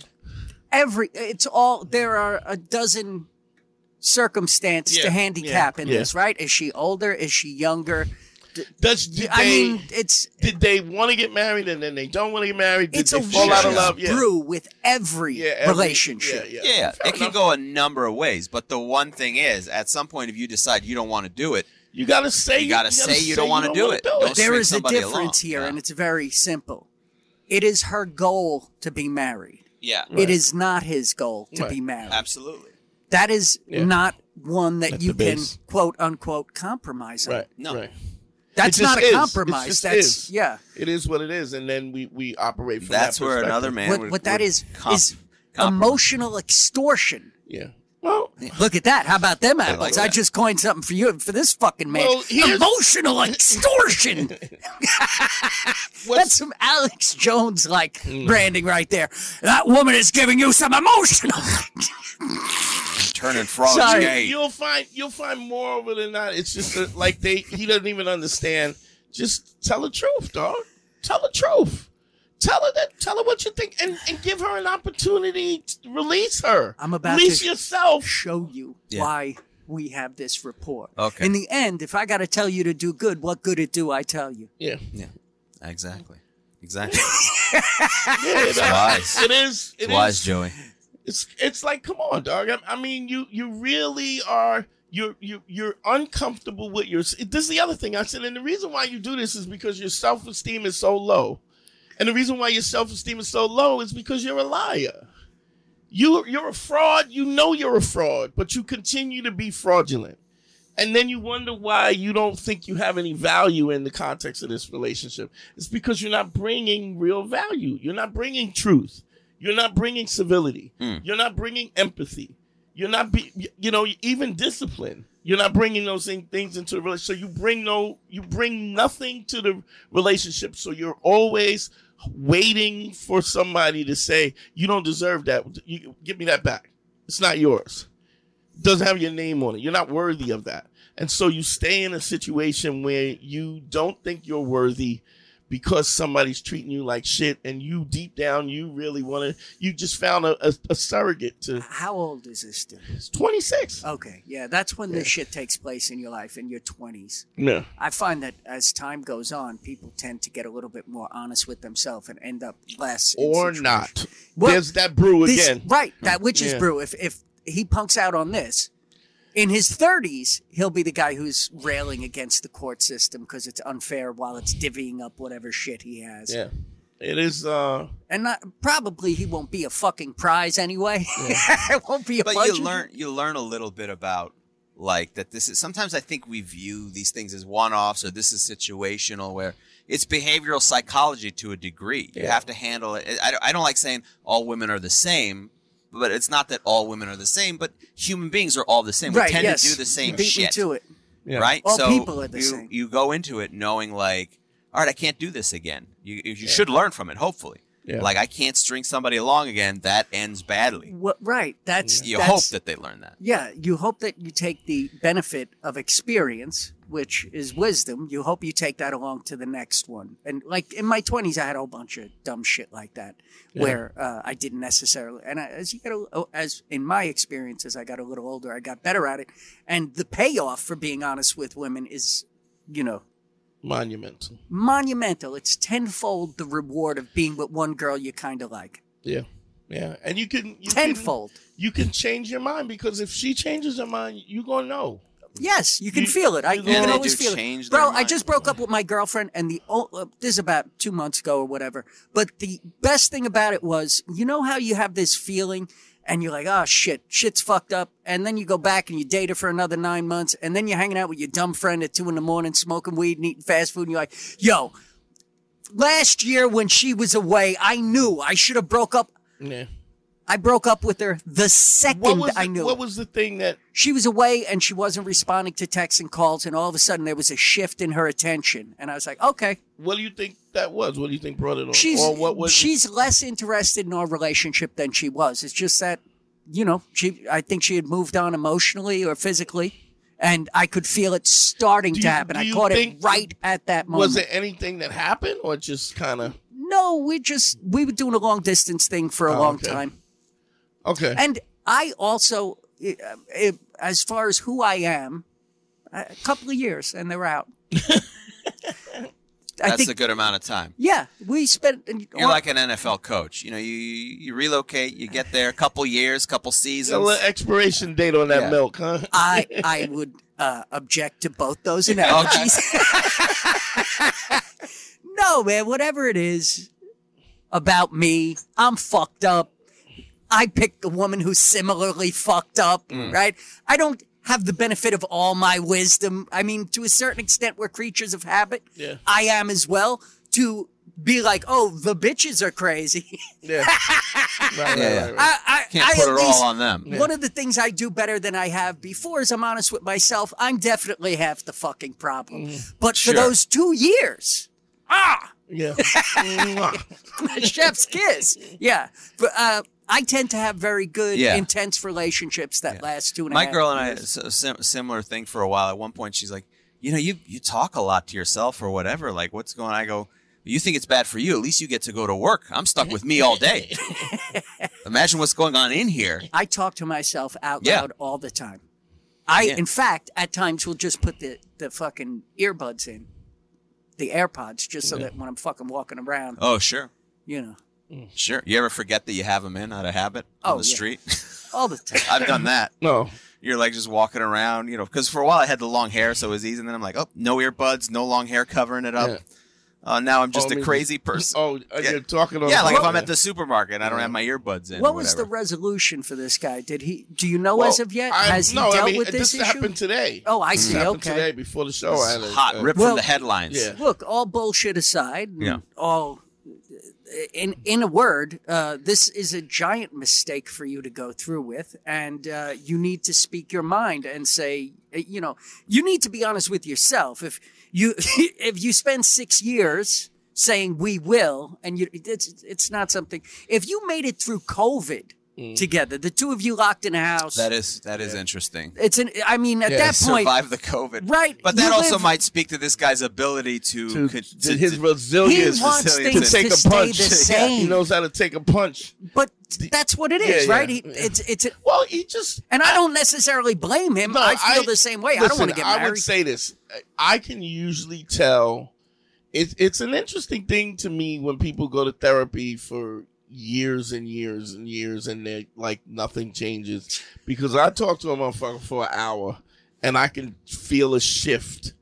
Every it's all there are a dozen circumstances
Yeah,
to handicap
yeah,
in
yeah.
this, right? Is she older? Is she younger?
Does did
I
they
mean, it's
did they want to get married and then they don't want to get married? Did
it's
they
a
fall out of
weird
love? Yeah.
brew with every
Yeah, every-
relationship.
Yeah, yeah.
Yeah,
Fair
it can
enough.
go a number of ways, but the one thing is, at some point, if you decide you don't want to do it,
You gotta say
You gotta say you don't wanna
don't
do
wanna
it. Don't
There
string
is a
somebody
difference
along,
here,
yeah.
and it's very simple. It is her goal to be married.
yeah,
It is not his goal to
Right.
be married.
absolutely.
That is
Yeah.
not one that
That's
you
the
can
base.
quote unquote compromise on.
Right.
No.
Right.
That's
It just
not a
is. It
compromise.
just
That's
is.
yeah.
It is what it is, and then we we operate from
That's
that
where
perspective.
another man.
what,
would,
what
would
that is
comp-
is
compromise.
emotional extortion.
Yeah. Well,
Look at that. How about them apples?
like
I
that.
just coined something for you for this fucking man.
Well, here's-
emotional extortion. That's some Alex Jones
Mm.
like branding right there. That woman is giving you some emotional.
turning frogs
Sorry.
gay.
You'll find you'll find more of it than not. It's just that, like they he doesn't even understand. Just tell the truth, dog. Tell the truth. Tell her that. Tell her what you think, and, and give her an opportunity to release her.
I'm about
release
to-
yourself.
show you
Yeah.
why we have this rapport.
Okay.
In the end, if I got to tell you to do good, what good it do I tell you?
Yeah,
Yeah, exactly, exactly.
it's
wise.
It is. It is.
Wise Joey.
It's it's like, come on, dog. I, I mean, you you really are. You're you you're uncomfortable with your. This is the other thing I said, and the reason why you do this is because your self esteem is so low, and the reason why your self esteem is so low is because you're a liar. You you're a fraud. You know you're a fraud, but you continue to be fraudulent. And then you wonder why you don't think you have any value in the context of this relationship. It's because you're not bringing real value. You're not bringing truth. You're not bringing civility. You're not bringing empathy. You're not, be, you know, even discipline. You're not bringing those thing- things into the relationship. So you bring no, you bring nothing to the relationship. So you're always waiting for somebody to say, "You don't deserve that. You, give me that back. It's not yours. It doesn't have your name on it. You're not worthy of that." And so you stay in a situation where you don't think you're worthy because somebody's treating you like shit and you deep down you really want to you just found a, a, a surrogate to
How old is this dude?
it's 26
Okay, yeah, that's when this shit takes place in your life, in your 20s.
no
I find that as time goes on, people tend to get a little bit more honest with themselves and end up less. in
or
situations.
not
Well,
there's that brew
This-
again
Right, that witch's
Yeah.
brew. If, if he punks out on this, in his 30s, he'll be the guy who's railing against the court system because it's unfair while it's divvying up whatever shit he has.
yeah it is uh
And not, probably he won't be a fucking prize anyway. it won't be a
but
budget.
you learn you learn a little bit about like that this is sometimes i think we view these things as one-offs or this is situational where it's behavioral psychology to a degree you have to handle it I, I don't like saying all women are the same but it's not that all women are the same but human beings are all the same
right,
we tend
yes.
to do the same
you beat
shit
Me to it.
right?
All
so
people are the
you,
same.
You go into it knowing like, all right, I can't do this again. You you should learn from it, hopefully.
Yeah.
Like I can't string somebody along again. That ends badly.
What, right, that's
You
that's-
hope that they learn that.
Yeah, you hope that you take the benefit of experience, which is wisdom. You hope you take that along to the next one. And like in my 20s, I had a whole bunch of dumb shit like that where uh, I didn't necessarily. And I, as you get, a, oh, as in my experience, as I got a little older, I got better at it. And the payoff for being honest with women is, you know,
monumental
monumental. It's tenfold the reward of being with one girl you kind of like.
yeah yeah and you can you can-
Tenfold.
you can change your mind because if she changes her mind you're gonna know
Yes, you can
You-
feel it. I
you
you
know-
can
they
always
do
feel
change
it, bro.
their
I just
mind.
broke up with my girlfriend, and the o- uh, this is about two months ago or whatever. But the best thing about it was, you know how you have this feeling, and you're like, oh shit, shit's fucked up, and then you go back and you date her for another nine months, and then you're hanging out with your dumb friend at two in the morning, smoking weed and eating fast food, and you're like, yo, last year when she was away, I knew I should have broke up.
yeah
I broke up with her the second
what was
I
the,
knew
what was the thing that
she was away and she wasn't responding to texts and calls and all of a sudden there was a shift in her attention and i was like okay
what do you think that was what do you think brought it on
she's
or what was
she's less interested in our relationship than she was it's just that you know she i think she had moved on emotionally or physically and i could feel it starting
Do
to
you-
happen
do
i
you
caught it
think-
right at that moment
was it anything that happened or just kind of
no we just we were doing a long distance thing for a
Oh,
long
okay.
time
okay
And I also, uh, uh, as far as who I am, a couple of years and they're out. I
That's
think,
a good amount of time.
yeah, we spent.
You're like an NFL coach. You know, you you relocate, you get there a couple years, couple
a
seasons.
little expiration date on that
Yeah.
milk, huh?
I, I would uh, object to both those analogies. no, man, whatever it is about me, I'm fucked up. I picked a woman who's similarly fucked up,
Mm.
right? I don't have the benefit of all my wisdom. I mean, to a certain extent, we're creatures of habit.
Yeah.
I am as well. To be like, oh, the bitches are crazy.
Yeah. right, right,
Yeah.
right, right.
I, I
Can't
I
put
at
it all
least-
on them.
one of the things I do better than I have before is I'm honest with myself.
Mm,
I'm definitely half the fucking problem. But for
Sure.
those two years, ah,
Yeah.
chef's kiss. Yeah, but uh, I tend to have very good,
Yeah.
intense relationships that last two and a half.
My girl and I
years.
s- sim- similar thing for a while. At one point, she's like, "You know, you you talk a lot to yourself or whatever. Like, what's going?" on? I go, "You think it's bad for you? At least you get to go to work. I'm stuck with me all day. Imagine what's going on in here."
I talk to myself out
Yeah.
loud all the time. I,
Yeah.
in fact, at times will just put the the fucking earbuds in, the AirPods, just so that when I'm fucking walking around,
Oh, sure,
you know,
sure. You ever forget that you have them in out of habit on
Oh,
the
yeah.
street?
all the time.
I've done that.
No.
You're like just walking around, you know, because for a while I had the long hair, so it was easy. And then I'm like, oh, no earbuds, no long hair covering it up. Uh, now I'm just
Oh,
a
maybe-
crazy person.
Oh, uh,
Yeah.
you're talking on.
yeah, like if
phone.
I'm at the supermarket and I don't have my earbuds in.
What was the
whatever.
resolution for this guy? Did he? Do you know
Well,
as of yet?
I-
Has he
no,
dealt
I mean,
with this, issue?
happened today.
Oh, I see.
happened
Okay.
today before the show. Oh, I
This
had
is
a-
hot,
a-
ripped
Well-
from the headlines.
Yeah.
Look, all bullshit aside, and
Yeah.
all in in a word, uh, this is a giant mistake for you to go through with, and uh, you need to speak your mind and say, uh, you know, you need to be honest with yourself. If you if you spend six years saying we will, and you it's it's not something. If you made it through COVID together, the two of you locked in a house.
That is that is interesting.
it's an. I mean, at
Yeah,
that point,
Survive the COVID,
Right,
But that
you
also
live-
might speak to this guy's ability to,
To,
could-
to
to-
his
to-
he
resilience.
wants
resilience
things
to
to,
take a
stay
punch.
the
Yeah,
same.
He knows how to take a punch.
But that's what it
Yeah,
is,
yeah.
right? He, it's it's,
Well, he just.
and I don't necessarily blame him.
No,
I feel the same way. I don't
listen,
want to get married.
I would say this. I can usually tell. It's it's an interesting thing to me when people go to therapy for years and years and years and they like nothing changes because I talk to a motherfucker for an hour and I can feel a shift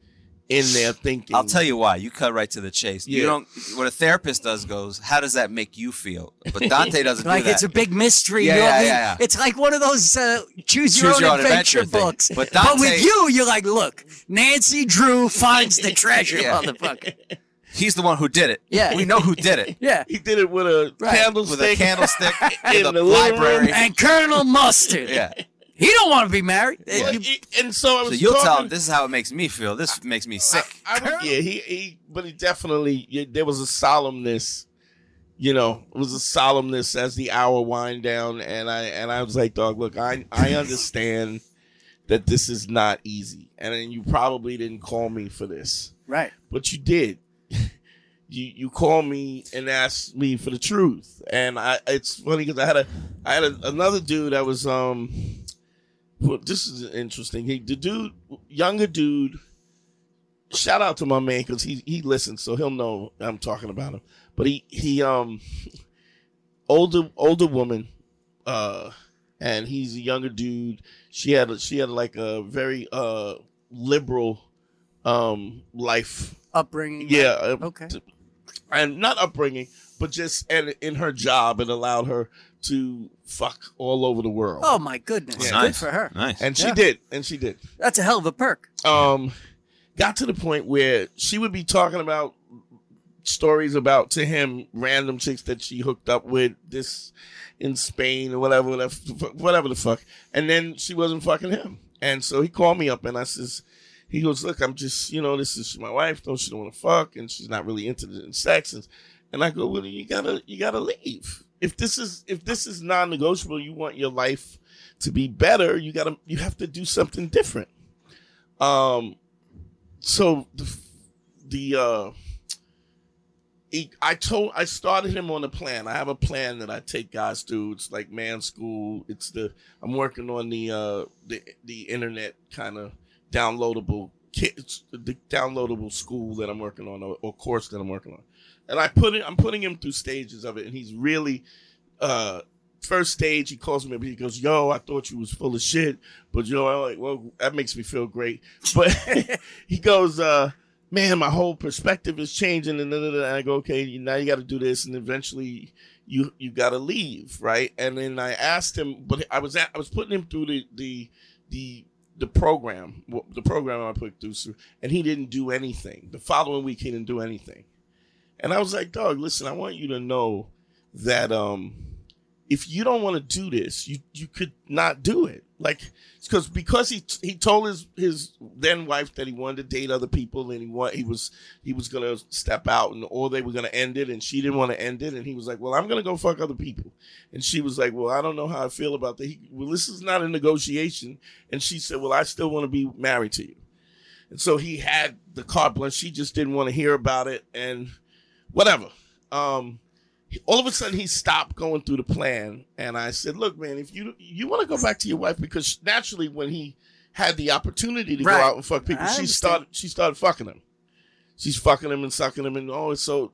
in their thinking.
I'll tell you why. You cut right to the chase. You
Yeah.
don't. What a therapist does goes, how does that make you feel? But Dante doesn't
like
do that.
it's a big mystery.
Yeah,
you know
yeah,
what I mean?
yeah, yeah.
It's like one of those uh, choose, your,
Choose
own
your own
adventure,
adventure thing.
books.
But
with
Dante-
you, you're like, look, Nancy Drew finds the treasure,
Yeah.
motherfucker.
He's the one who did it.
Yeah.
we know who did it.
Yeah,
He did it with a
Right.
candlestick.
With a candlestick
In
in
the
the
living room.
library.
and Colonel Mustard.
Yeah.
he don't want to be married. Uh,
Well, he- and so I was
So you'll
talking,
tell him this is how it makes me feel. This makes me sick.
I was- yeah, he, he, but he definitely yeah, there was a solemnness, you know, it was a solemnness as the hour wind down, and I and I was like, dog, look, I I understand that this is not easy, and then you probably didn't call me for this,
Right.
but you did. You you called me and asked me for the truth, and I it's funny because I had a I had a, another dude that was um, well, this is interesting. He the dude younger dude shout out to my man because he he listens, so he'll know I'm talking about him. But he he um older older woman, uh, and he's a younger dude. She had a, she had like a very uh liberal um life,
Upbringing.
yeah, uh,
Okay.
and not upbringing, but just and in her job, it allowed her to fuck all over the world.
Oh my goodness.
Yeah.
Good for her.
Nice.
and she
yeah.
did, and she did.
That's a hell of a perk.
um got to the point where she would be talking about stories about to him random chicks that she hooked up with this in Spain or whatever whatever whatever the fuck and then she wasn't fucking him and so he called me up and I says he goes look I'm just you know this is my wife though she don't want to fuck and she's not really into the- in sex and, and I go well you gotta you gotta leave if this is if this is non-negotiable you want your life to be better you gotta you have to do something different um, so the the uh, he, I told I started him on a plan. I have a plan that I take guys through. It's like man school. It's the I'm working on the uh the the internet kind of downloadable kids the downloadable school that I'm working on or, or course that I'm working on, and I put it. I'm putting him through stages of it, and he's really uh first stage, he calls me up. He goes, "Yo, I thought you was full of shit, but yo, I'm like, well, that makes me feel great." But he goes, uh, "Man, my whole perspective is changing." And, da, da, da. and I go, "Okay, you- now you got to do this, and eventually you you got to leave, right?" And then I asked him, but I was at, I was putting him through the the the the program, wh- the program I put through, so- and he didn't do anything. The following week, he didn't do anything. And I was like, dog, listen, I want you to know that um if you don't want to do this, you you could not do it. Like, because because he he told his his then wife that he wanted to date other people and he want he was he was gonna step out and or they were gonna end it and she didn't want to end it and he was like, well, I'm gonna go fuck other people, and she was like, well, I don't know how I feel about that. He, well, this is not a negotiation, and she said, well, I still want to be married to you, and so he had the carte blanche. She just didn't want to hear about it and whatever. Um, he- all of a sudden he stopped going through the plan and i said look man if you you want to go back to your wife because naturally when he had the opportunity to
Right.
go out and fuck people
I
she
understand.
started she started fucking him she's fucking him and sucking him and oh it's so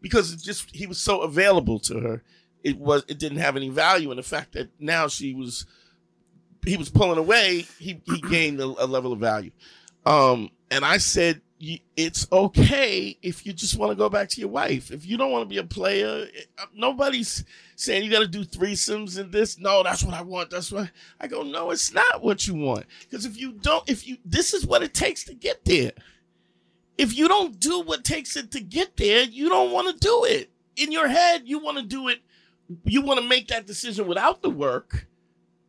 because it just he was so available to her it was it didn't have any value and the fact that now she was he was pulling away he, he gained a, a level of value um and i said "Y- it's okay if you just want to go back to your wife if you don't want to be a player it- uh, nobody's saying you got to do threesomes and this no that's what i want that's what i go no it's not what you want because if you don't if you this is what it takes to get there if you don't do what takes it to get there, you don't want to do it. In your head, you want to do it. You want to make that decision without the work,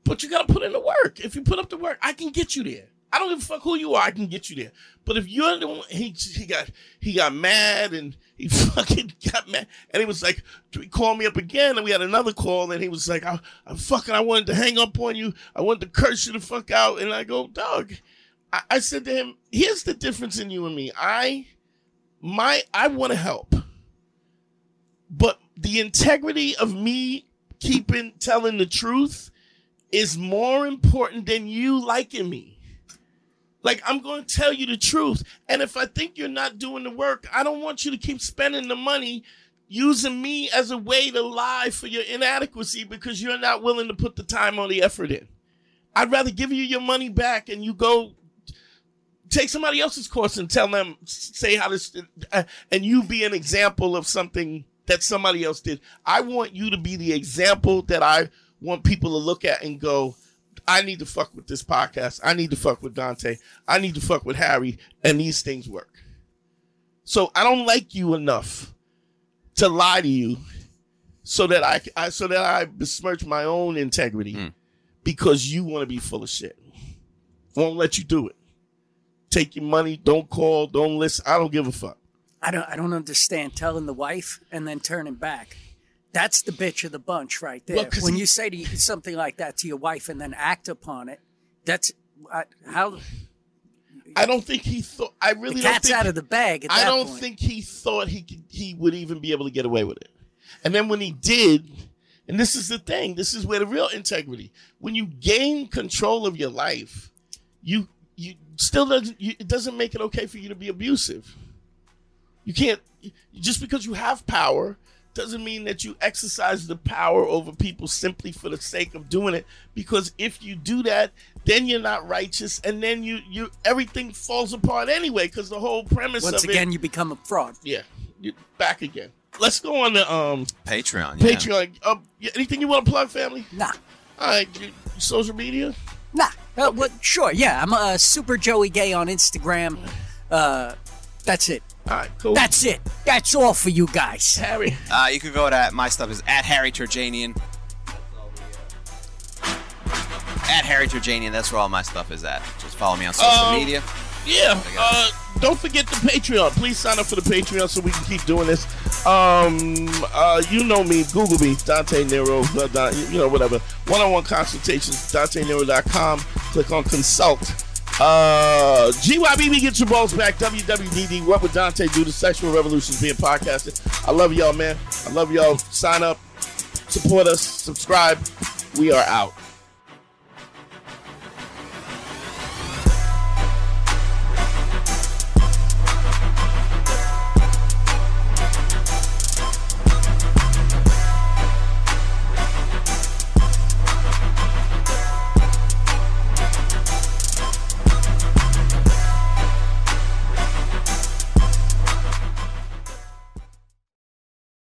but you got to put in the work. If you put up the work, I can get you there. I don't give a fuck who you are. I can get you there. But if you're the one, he, he got he got mad and he fucking got mad and he was like, he called me up again and we had another call and he was like, I, I'm fucking. I wanted to hang up on you. I wanted to curse you the fuck out. And I go, dog. I, I said to him, "Here's the difference in you and me. I, my, I want to help, but the integrity of me keeping telling the truth is more important than you liking me. Like I'm going to tell you the truth, and if I think you're not doing the work, I don't want you to keep spending the money." Using me as a way to lie for your inadequacy because you're not willing to put the time or the effort in. I'd rather give you your money back and you go take somebody else's course and tell them say how this uh, and you be an example of something that somebody else did. I want you to be the example that I want people to look at and go I need to fuck with this podcast. I need to fuck with Dante. I need to fuck with Harry and these things work. So I don't like you enough to lie to you so that I, I so that I besmirch my own integrity because you want to be full of shit. Won't let you do it. Take your money. Don't call. Don't listen. I don't give a fuck.
I don't I don't understand telling the wife and then turning back. That's the bitch of the bunch right there.
Well, 'cause
when
he-
you say to, something like that to your wife and then act upon it, that's I, how
I don't think he thought. I really
the
don't
cat's
think
out of the bag. At
I
that
don't
point.
think he thought he could, he would even be able to get away with it. And then when he did, and this is the thing, this is where the real integrity. When you gain control of your life, you you still doesn't you, it doesn't make it okay for you to be abusive. You can't just because you have power doesn't mean that you exercise the power over people simply for the sake of doing it because if you do that then you're not righteous and then you you everything falls apart anyway because the whole premise
Once
of it
again, you become a fraud.
yeah, you back again. Let's go on the um
Patreon. Yeah.
Patreon. Um, y- anything you want to plug, family?
Nah,
All right, you, social media.
nah. Uh, what- sure, yeah. I'm uh, super Joey Gay on Instagram. Uh, that's it.
All right, cool.
That's it. That's all for you guys.
Harry.
Uh, you can go to my stuff is at Harry Turjanian. At Harry Turjanian, that's where all my stuff is at. Just follow me on social
Um,
media.
Yeah.
I
Uh,
got
don't forget the Patreon. Please sign up for the Patreon so we can keep doing this. Um, uh, you know me. Google me, Dante Nero. blah, blah, You know, whatever. One-on-one consultations. DanteNero.com. Click on consult. Uh, GYBB, get your balls back. WWDD, what would Dante do? The sexual revolution is being podcasted. I love y'all, man. I love y'all. Sign up, support us, subscribe. We are out.